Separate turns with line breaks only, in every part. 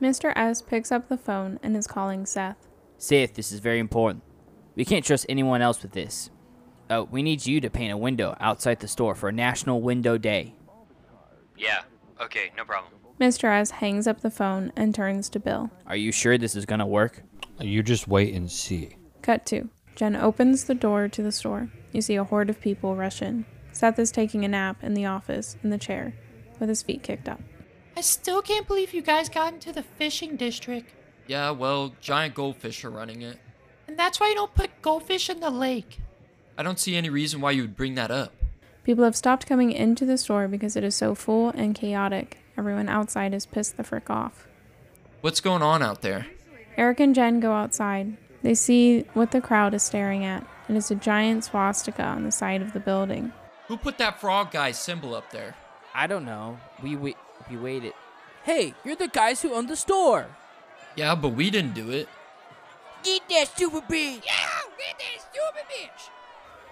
Mr. S picks up the phone and is calling Seth.
Seth, this is very important. We can't trust anyone else with this. Uh, we need you to paint a window outside the store for National Window Day.
Yeah. Okay, no problem.
Mr. S hangs up the phone and turns to Bill.
Are you sure this is gonna work?
You just wait and see.
Cut to. Jen opens the door to the store. You see a horde of people rush in. Seth is taking a nap in the office in the chair with his feet kicked up.
I still can't believe you guys got into the fishing district.
Yeah, well, giant goldfish are running it.
And that's why you don't put goldfish in the lake.
I don't see any reason why you would bring that up.
People have stopped coming into the store because it is so full and chaotic. Everyone outside is pissed the frick off.
What's going on out there?
Eric and Jen go outside. They see what the crowd is staring at. It is a giant swastika on the side of the building.
Who put that frog guy symbol up there?
I don't know. We we, we waited. Hey, you're the guys who own the store.
Yeah, but we didn't do it.
Eat that stupid bitch!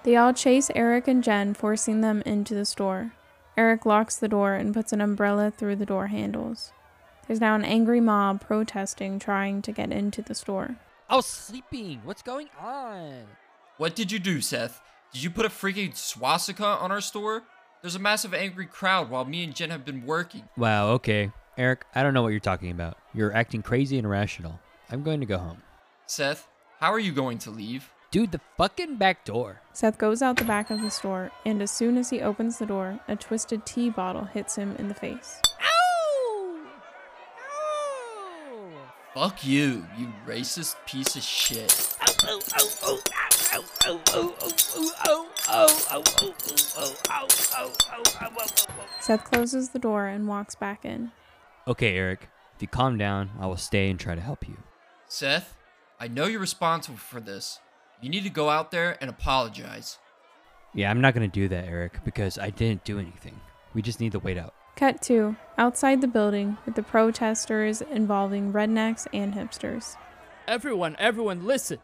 They all chase Eric and Jen, forcing them into the store. Eric locks the door and puts an umbrella through the door handles. There's now an angry mob protesting, trying to get into the store.
I was sleeping. What's going on?
What did you do, Seth? Did you put a freaking swastika on our store? There's a massive angry crowd while me and Jen have been working.
Wow, okay. Eric, I don't know what you're talking about. You're acting crazy and irrational. I'm going to go home.
Seth, how are you going to leave?
Dude, the fucking back door.
Seth goes out the back of the store, and as soon as he opens the door, a twisted tea bottle hits him in the face.
Ow! Ow!
Fuck you, you racist piece of shit.
Ow, ow, ow, ow, ow, ow, ow, ow, ow, ow, ow, ow, ow, ow, ow, ow, ow, ow, ow, ow.
Seth closes the door and walks back in.
Okay, Eric, if you calm down, I will stay and try to help you.
Seth, I know you're responsible for this. You need to go out there and apologize.
Yeah, I'm not going to do that, Eric, because I didn't do anything. We just need to wait out.
Cut to outside the building with the protesters involving rednecks and hipsters.
Everyone, everyone, listen.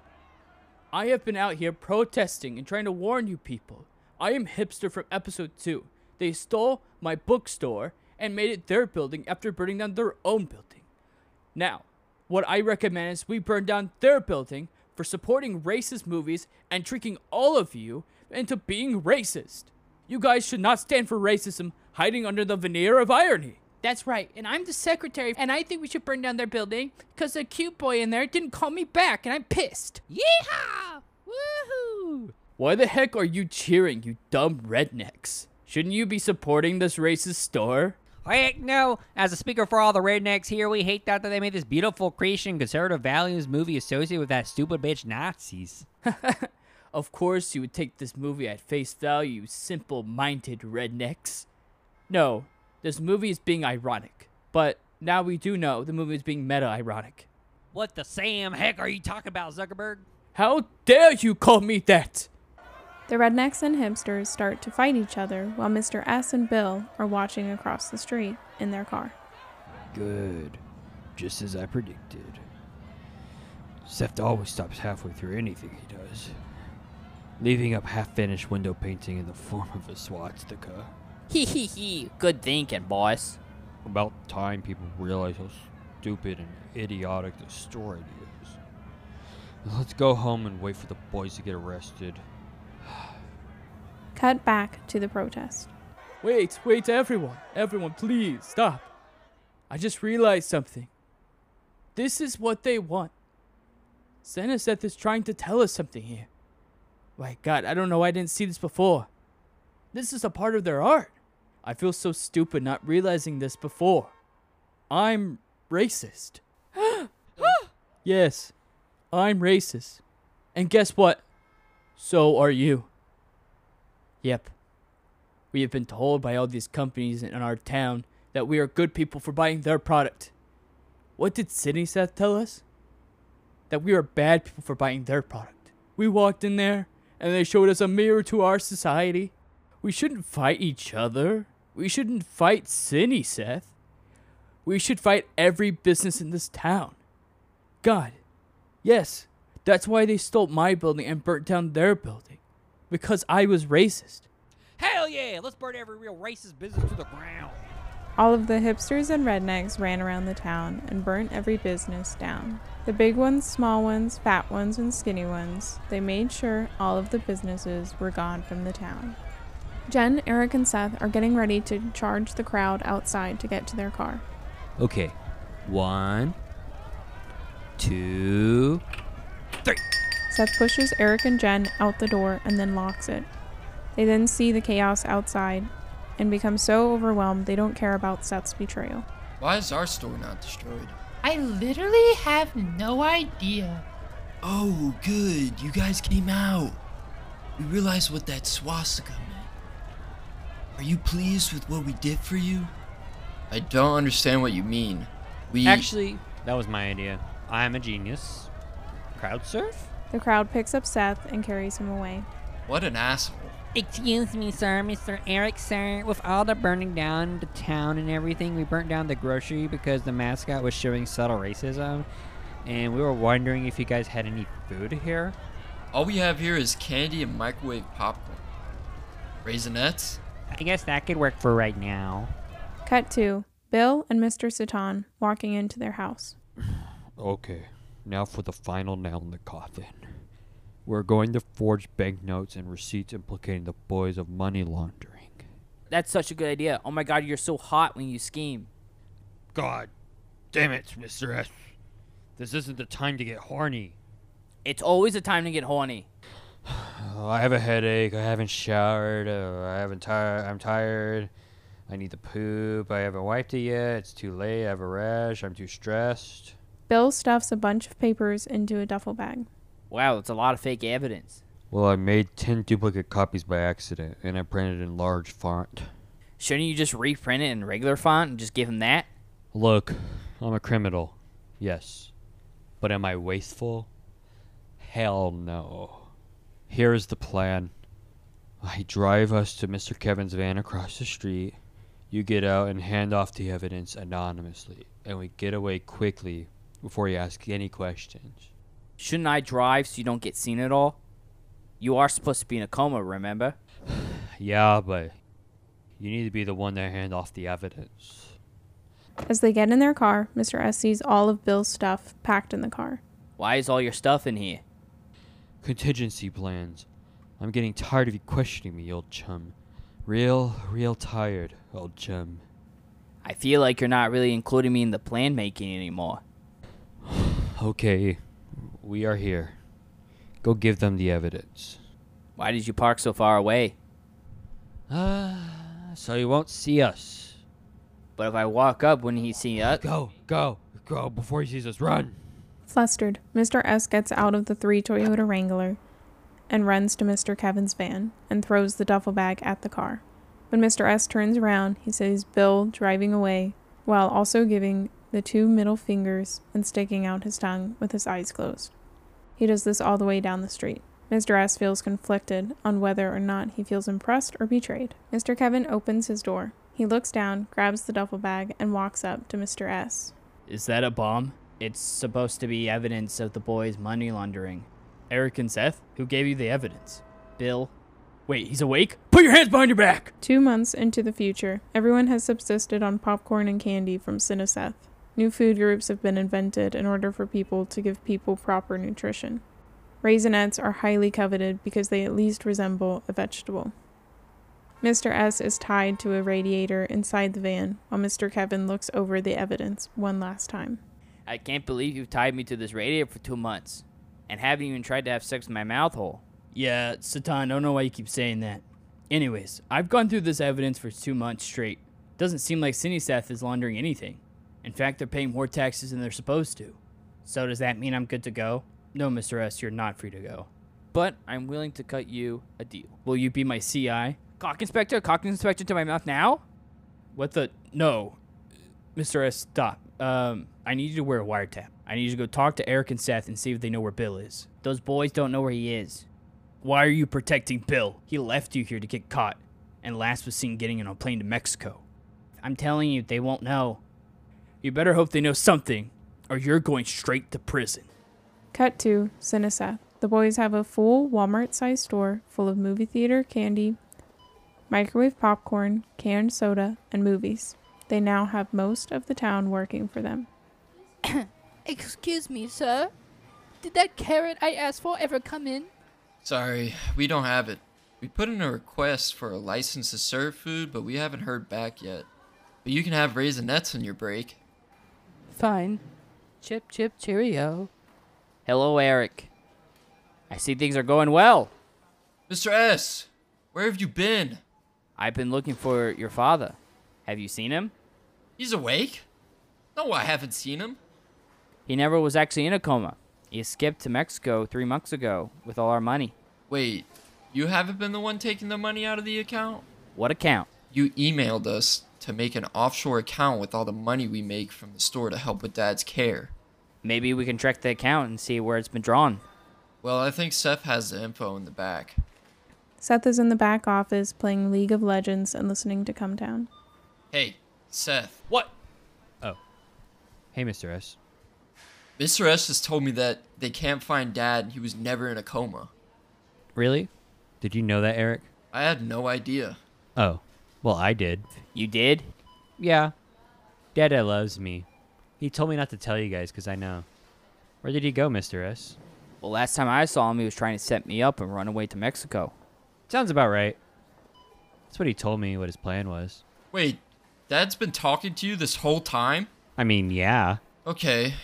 I have been out here protesting and trying to warn you people. I am Hipster from episode 2. They stole my bookstore and made it their building after burning down their own building. Now, what I recommend is we burn down their building for supporting racist movies and tricking all of you into being racist. You guys should not stand for racism hiding under the veneer of irony.
That's right. And I'm the secretary, and I think we should burn down their building because the cute boy in there didn't call me back, and I'm pissed.
Yeehaw! Woohoo!
Why the heck are you cheering, you dumb rednecks? Shouldn't you be supporting this racist store?
Heck no! As a speaker for all the rednecks here, we hate that, that they made this beautiful creation conservative values movie associated with that stupid bitch Nazis.
Of course, you would take this movie at face value, you simple minded rednecks. No, this movie is being ironic, but now we do know the movie is being meta ironic.
What the Sam heck are you talking about, Zuckerberg?
How dare you call me that?
The rednecks and hipsters start to fight each other while Mr. S and Bill are watching across the street in their car.
Good. Just as I predicted. Seth always stops halfway through anything he does, leaving up half finished window painting in the form of a swastika.
Hee hee hee. Good thinking, boss.
About time people realize how stupid and idiotic the story is. Let's go home and wait for the boys to get arrested.
Cut back to the protest.
Wait, wait, everyone. Everyone, please stop. I just realized something. This is what they want. Seneseth is trying to tell us something here. My god, I don't know why I didn't see this before. This is a part of their art. I feel so stupid not realizing this before. I'm racist. yes, I'm racist. And guess what? So are you. Yep. We have been told by all these companies in our town that we are good people for buying their product. What did Sydney Seth tell us? That we are bad people for buying their product. We walked in there and they showed us a mirror to our society. We shouldn't fight each other. We shouldn't fight Sydney Seth. We should fight every business in this town. God, yes, that's why they stole my building and burnt down their building. Because I was racist.
Hell yeah! Let's burn every real racist business to the ground.
All of the hipsters and rednecks ran around the town and burnt every business down. The big ones, small ones, fat ones, and skinny ones, they made sure all of the businesses were gone from the town. Jen, Eric, and Seth are getting ready to charge the crowd outside to get to their car.
Okay. One, two,
Seth pushes Eric and Jen out the door and then locks it. They then see the chaos outside and become so overwhelmed they don't care about Seth's betrayal.
Why is our store not destroyed?
I literally have no idea.
Oh, good. You guys came out. We realized what that swastika meant. Are you pleased with what we did for you?
I don't understand what you mean. We
Actually, that was my idea. I'm a genius. Crowd surf?
The crowd picks up Seth and carries him away.
What an asshole.
Excuse me, sir, Mr. Eric, sir. With all the burning down the town and everything, we burnt down the grocery because the mascot was showing subtle racism. And we were wondering if you guys had any food here.
All we have here is candy and microwave popcorn. Raisinets?
I guess that could work for right now.
Cut to Bill and Mr. Satan walking into their house.
Okay, now for the final nail in the coffin. We're going to forge banknotes and receipts implicating the boys of money laundering.
That's such a good idea. Oh my god, you're so hot when you scheme.
God damn it, Mr. S. This isn't the time to get horny.
It's always a time to get horny.
Oh, I have a headache. I haven't showered. Uh, I haven't tired. I'm tired. I need to poop. I haven't wiped it yet. It's too late. I have a rash. I'm too stressed.
Bill stuffs a bunch of papers into a duffel bag.
Wow, that's a lot of fake evidence.
Well, I made 10 duplicate copies by accident, and I printed in large font.
Shouldn't you just reprint it in regular font and just give him that?
Look, I'm a criminal. Yes. But am I wasteful? Hell no. Here is the plan I drive us to Mr. Kevin's van across the street. You get out and hand off the evidence anonymously, and we get away quickly before he asks any questions.
Shouldn't I drive so you don't get seen at all? You are supposed to be in a coma, remember?
Yeah, but you need to be the one to hand off the evidence.
As they get in their car, Mr. S sees all of Bill's stuff packed in the car.
Why is all your stuff in here?
Contingency plans. I'm getting tired of you questioning me, old chum. Real, real tired, old chum.
I feel like you're not really including me in the plan making anymore.
Okay, we are here. Go give them the evidence.
Why did you park so far away?
Ah, so you won't see us.
But if I walk up, wouldn't he see us?
Go, go, go before he sees us. Run!
Flustered, Mr. S gets out of the three Toyota Wrangler and runs to Mr. Kevin's van and throws the duffel bag at the car. When Mr. S turns around, he sees Bill driving away while also giving the two middle fingers and sticking out his tongue with his eyes closed. He does this all the way down the street. Mr. S feels conflicted on whether or not he feels impressed or betrayed. Mr. Kevin opens his door. He looks down, grabs the duffel bag, and walks up to Mr. S.
Is that a bomb? It's supposed to be evidence of the boys' money laundering. Eric and Seth, who gave you the evidence? Bill. Wait, he's awake? Put your hands behind your back!
Two months into the future, everyone has subsisted on popcorn and candy from Cineseth. New food groups have been invented in order for people to give people proper nutrition. Raisinets are highly coveted because they at least resemble a vegetable. Mr. S is tied to a radiator inside the van while Mr. Kevin looks over the evidence one last time.
I can't believe you've tied me to this radio for two months and haven't even tried to have sex with my mouth hole. Yeah, Satan, don't know why you keep saying that. Anyways, I've gone through this evidence for two months straight. Doesn't seem like Cineseth is laundering anything. In fact, they're paying more taxes than they're supposed to. So does that mean I'm good to go? No, Mr. S, you're not free to go. But I'm willing to cut you a deal. Will you be my CI? Cock inspector, cock inspector to my mouth now? What the? No, Mr. S, stop. Um, I need you to wear a wiretap. I need you to go talk to Eric and Seth and see if they know where Bill is. Those boys don't know where he is. Why are you protecting Bill? He left you here to get caught, and last was seen getting on a plane to Mexico. I'm telling you, they won't know. You better hope they know something, or you're going straight to prison.
Cut to Cineseth. The boys have a full Walmart sized store full of movie theater candy, microwave popcorn, canned soda, and movies. They now have most of the town working for them.
Excuse me, sir. Did that carrot I asked for ever come in?
Sorry, we don't have it. We put in a request for a license to serve food, but we haven't heard back yet. But you can have raisinettes on your break.
Fine. Chip, chip, cheerio.
Hello, Eric. I see things are going well.
Mr. S, where have you been?
I've been looking for your father. Have you seen him?
He's awake? No, I haven't seen him.
He never was actually in a coma. He escaped to Mexico three months ago with all our money.
Wait, you haven't been the one taking the money out of the account?
What account?
You emailed us to make an offshore account with all the money we make from the store to help with Dad's care.
Maybe we can track the account and see where it's been drawn.
Well, I think Seth has the info in the back.
Seth is in the back office playing League of Legends and listening to Come Down.
Hey, Seth.
What?
Oh. Hey, Mr. S.
Mr. S just told me that they can't find Dad and he was never in a coma.
Really? Did you know that, Eric?
I had no idea.
Oh. Well, I did.
You did?
Yeah. Dada loves me. He told me not to tell you guys because I know. Where did he go, Mr. S?
Well, last time I saw him, he was trying to set me up and run away to Mexico.
Sounds about right. That's what he told me what his plan was.
Wait, Dad's been talking to you this whole time?
I mean, yeah.
Okay.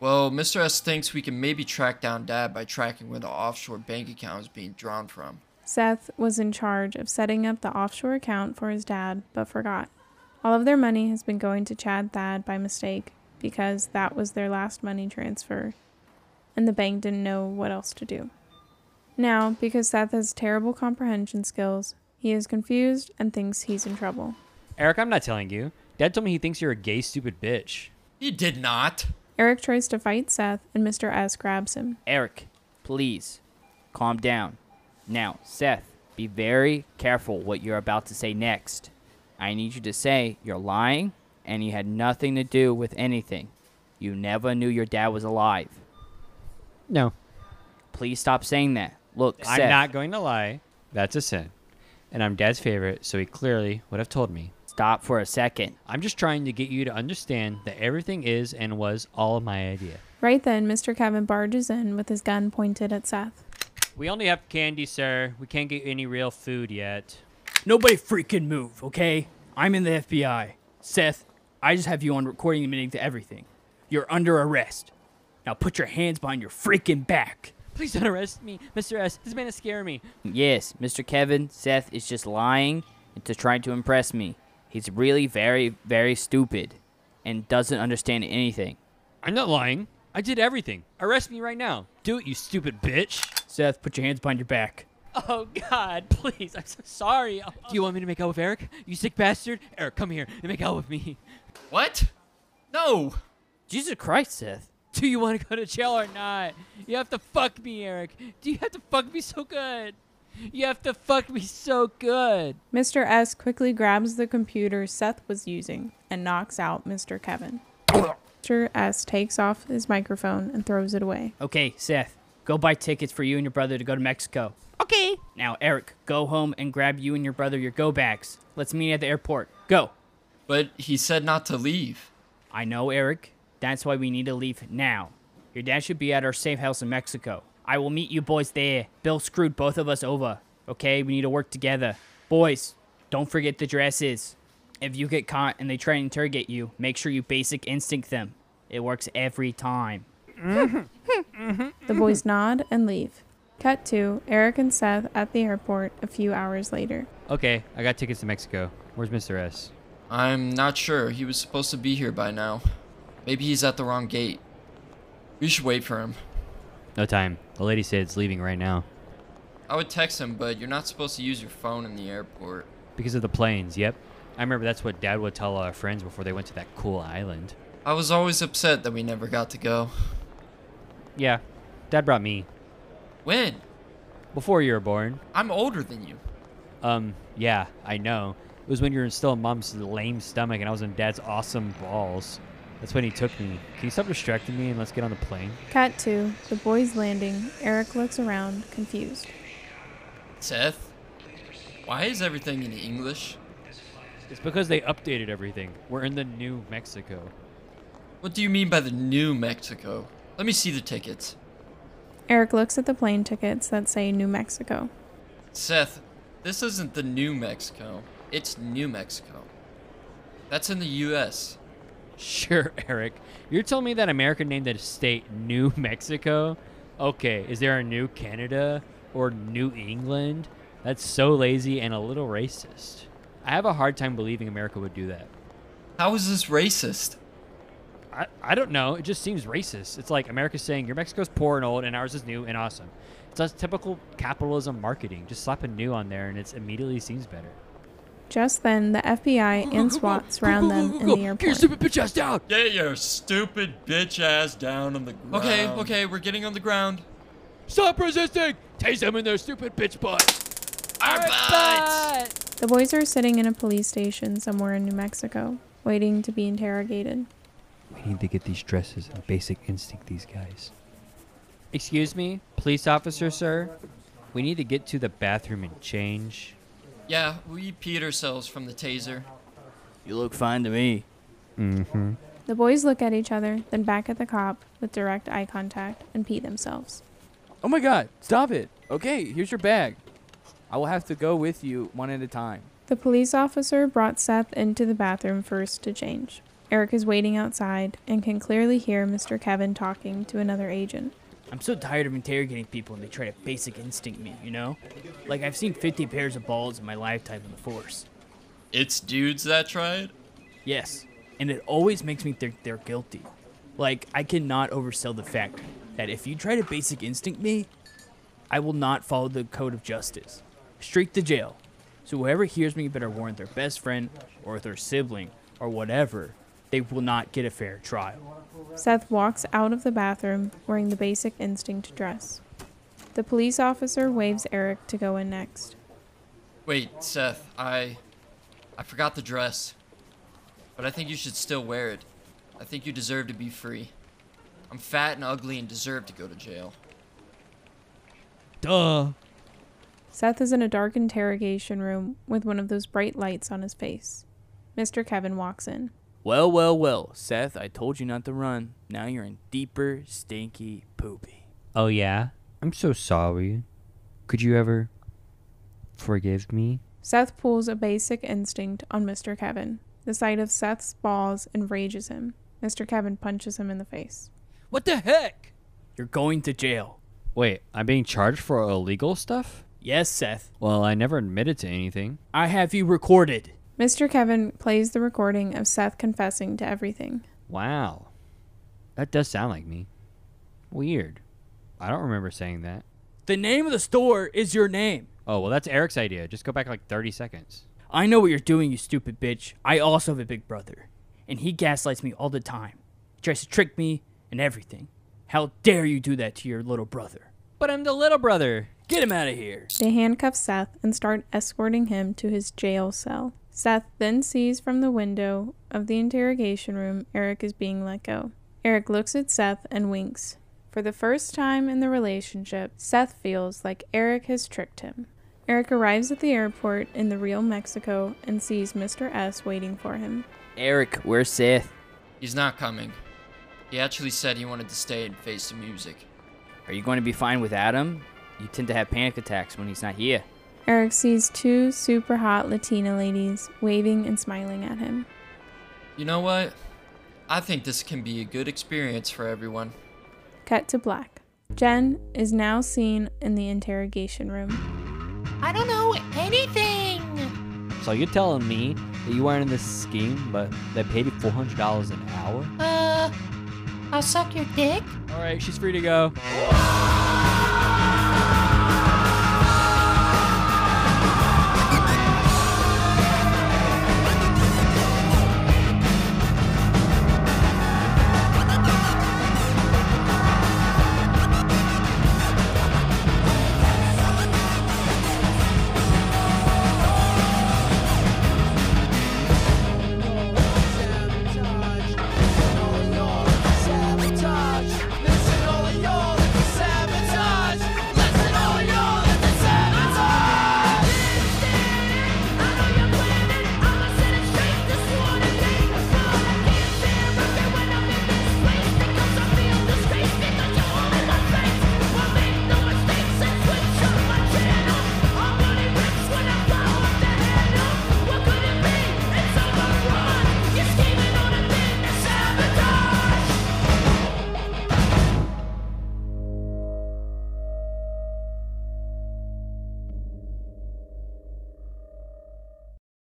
Well, Mr. S thinks we can maybe track down Dad by tracking where the offshore bank account is being drawn from.
Seth was in charge of setting up the offshore account for his dad, but forgot. All of their money has been going to Chad Thad by mistake because that was their last money transfer, and the bank didn't know what else to do. Now, because Seth has terrible comprehension skills, he is confused and thinks he's in trouble.
Eric, I'm not telling you. Dad told me he thinks you're a gay, stupid bitch.
He did not.
Eric tries to fight Seth, and Mr. S grabs him.
Eric, please, calm down. Now, Seth, be very careful what you're about to say next. I need you to say you're lying and you had nothing to do with anything. You never knew your dad was alive.
No.
Please stop saying that. Look,
I'm
Seth,
not going to lie. That's a sin. And I'm dad's favorite, so he clearly would have told me.
stop for a second.
I'm just trying to get you to understand that everything is and was all my idea.
Right then, Mr. Kevin barges in with his gun pointed at Seth.
We only have candy, sir. We can't get any real food yet.
Nobody freaking move, okay? I'm in the FBI. Seth, I just have you on recording admitting to everything. You're under arrest. Now put your hands behind your freaking back.
Please don't arrest me, Mr. S. This man is scaring me.
Yes, Mr. Kevin, Seth is just lying and to trying to impress me. He's really very, very stupid and doesn't understand anything.
I'm not lying. I did everything. Arrest me right now. Do it, you stupid bitch.
Seth, put your hands behind your back.
Oh God, please! I'm so sorry. Oh, Do you want me to make out with Eric? You sick bastard! Eric, come here and make out with me.
What? No!
Jesus Christ, Seth.
Do you want to go to jail or not? You have to fuck me, Eric. Do you have to fuck me so good? You have to fuck me so good.
Mr. S quickly grabs the computer Seth was using and knocks out Mr. Kevin. Mr. S takes off his microphone and throws it away.
Okay, Seth, go buy tickets for you and your brother to go to Mexico.
Okay.
Now, Eric, go home and grab you and your brother your go bags. Let's meet at the airport. Go.
But he said not to leave.
I know, Eric. That's why we need to leave now. Your dad should be at our safe house in Mexico. I will meet you boys there. Bill screwed both of us over. Okay, we need to work together. Boys, don't forget the dresses. If you get caught and they try and interrogate you, make sure you basic instinct them. It works every time.
The boys nod and leave. Cut to Eric and Seth at the airport a few hours later.
Okay, I got tickets to Mexico. Where's Mr. S?
I'm not sure. He was supposed to be here by now. Maybe he's at the wrong gate. We should wait for him.
No time. The lady said it's leaving right now.
I would text him, but you're not supposed to use your phone in the airport.
Because of the planes. Yep. I remember that's what Dad would tell our friends before they went to that cool island.
I was always upset that we never got to go.
Yeah, Dad brought me
When?
before you were born.
I'm older than you.
Um, yeah, I know. It was when you were still in Mom's lame stomach and I was in Dad's awesome balls. That's when he took me. Can you stop distracting me and let's get on the plane?
Cut to the boys landing. Eric looks around, confused.
Seth? Why is everything in English?
It's because they updated everything. We're in the new Mexico.
What do you mean by the new Mexico? Let me see the tickets.
Eric looks at the plane tickets that say New Mexico.
Seth, this isn't the new Mexico. It's New Mexico. That's in the U.S.
Sure, Eric. You're telling me that America named the state New Mexico? Okay, is there a new Canada or New England? That's so lazy and a little racist. I have a hard time believing America would do that.
How is this racist?
I, I don't know. It just seems racist. It's like America's saying your Mexico's poor and old and ours is new and awesome. It's just typical capitalism marketing. Just slap a new on there and it immediately seems better.
Just then, the FBI and SWAT surround them in the airport.
bitch ass down!
Get your stupid bitch ass down on the ground. Okay, okay, we're getting on the ground.
Stop resisting! Tase them in their stupid bitch butt!
Our butts!
The boys are sitting in a police station somewhere in New Mexico, waiting to be interrogated.
We need to get these dresses and basic instinct these guys.
Excuse me, police officer, sir. We need to get to the bathroom and change.
Yeah, we peed ourselves from the taser.
You look fine to me.
Mm-hmm.
The boys look at each other, then back at the cop with direct eye contact and pee themselves.
Oh my god, stop it. Okay, here's your bag. I will have to go with you one at a time.
The police officer brought Seth into the bathroom first to change. Eric is waiting outside and can clearly hear Mr. Kevin talking to another agent.
I'm so tired of interrogating people and they try to basic instinct me, you know? Like, I've seen 50 pairs of balls in my lifetime in the force.
It's dudes that try it?
Yes, and it always makes me think they're guilty. Like, I cannot oversell the fact that if you try to basic instinct me, I will not follow the code of justice. Straight to jail. So whoever hears me better warn their best friend or their sibling or whatever, they will not get a fair trial.
Seth walks out of the bathroom wearing the basic instinct dress. The police officer waves Eric to go in next.
Wait, Seth, I. I forgot the dress. But I think you should still wear it. I think you deserve to be free. I'm fat and ugly and deserve to go to jail.
Duh.
Seth is in a dark interrogation room with one of those bright lights on his face. Mr. Kevin walks in.
Well, well, well, Seth, I told you not to run. Now you're in deeper, stinky poopy.
Oh, yeah?
I'm so sorry. Could you ever forgive me?
Seth pulls a basic instinct on Mr. Kevin. The sight of Seth's balls enrages him. Mr. Kevin punches him in the face.
What the heck?
You're going to jail.
Wait, I'm being charged for illegal stuff?
Yes, Seth.
Well, I never admitted to anything.
I have you recorded.
Mr. Kevin plays the recording of Seth confessing to everything.
Wow. That does sound like me. Weird. I don't remember saying that.
The name of the store is your name.
Oh, well, that's Eric's idea. Just go back like 30 seconds.
I know what you're doing, you stupid bitch. I also have a big brother, and he gaslights me all the time. He tries to trick me and everything. How dare you do that to your little brother?
But I'm the little brother.
Get him out of here.
They handcuff Seth and start escorting him to his jail cell. Seth then sees from the window of the interrogation room Eric is being let go. Eric looks at Seth and winks. For the first time in the relationship, Seth feels like Eric has tricked him. Eric arrives at the airport in the real Mexico and sees Mr. S waiting for him.
Eric, where's Seth?
He's not coming. He actually said he wanted to stay and face the music.
Are you going to be fine without him? You tend to have panic attacks when he's not here.
Eric sees two super hot Latina ladies waving and smiling at him.
You know what? I think this can be a good experience for everyone.
Cut to black. Jen is now seen in the interrogation room.
I don't know anything.
So you're telling me that you weren't in this scheme, but they paid you $400 an hour?
Uh, I'll suck your dick.
All right, she's free to go.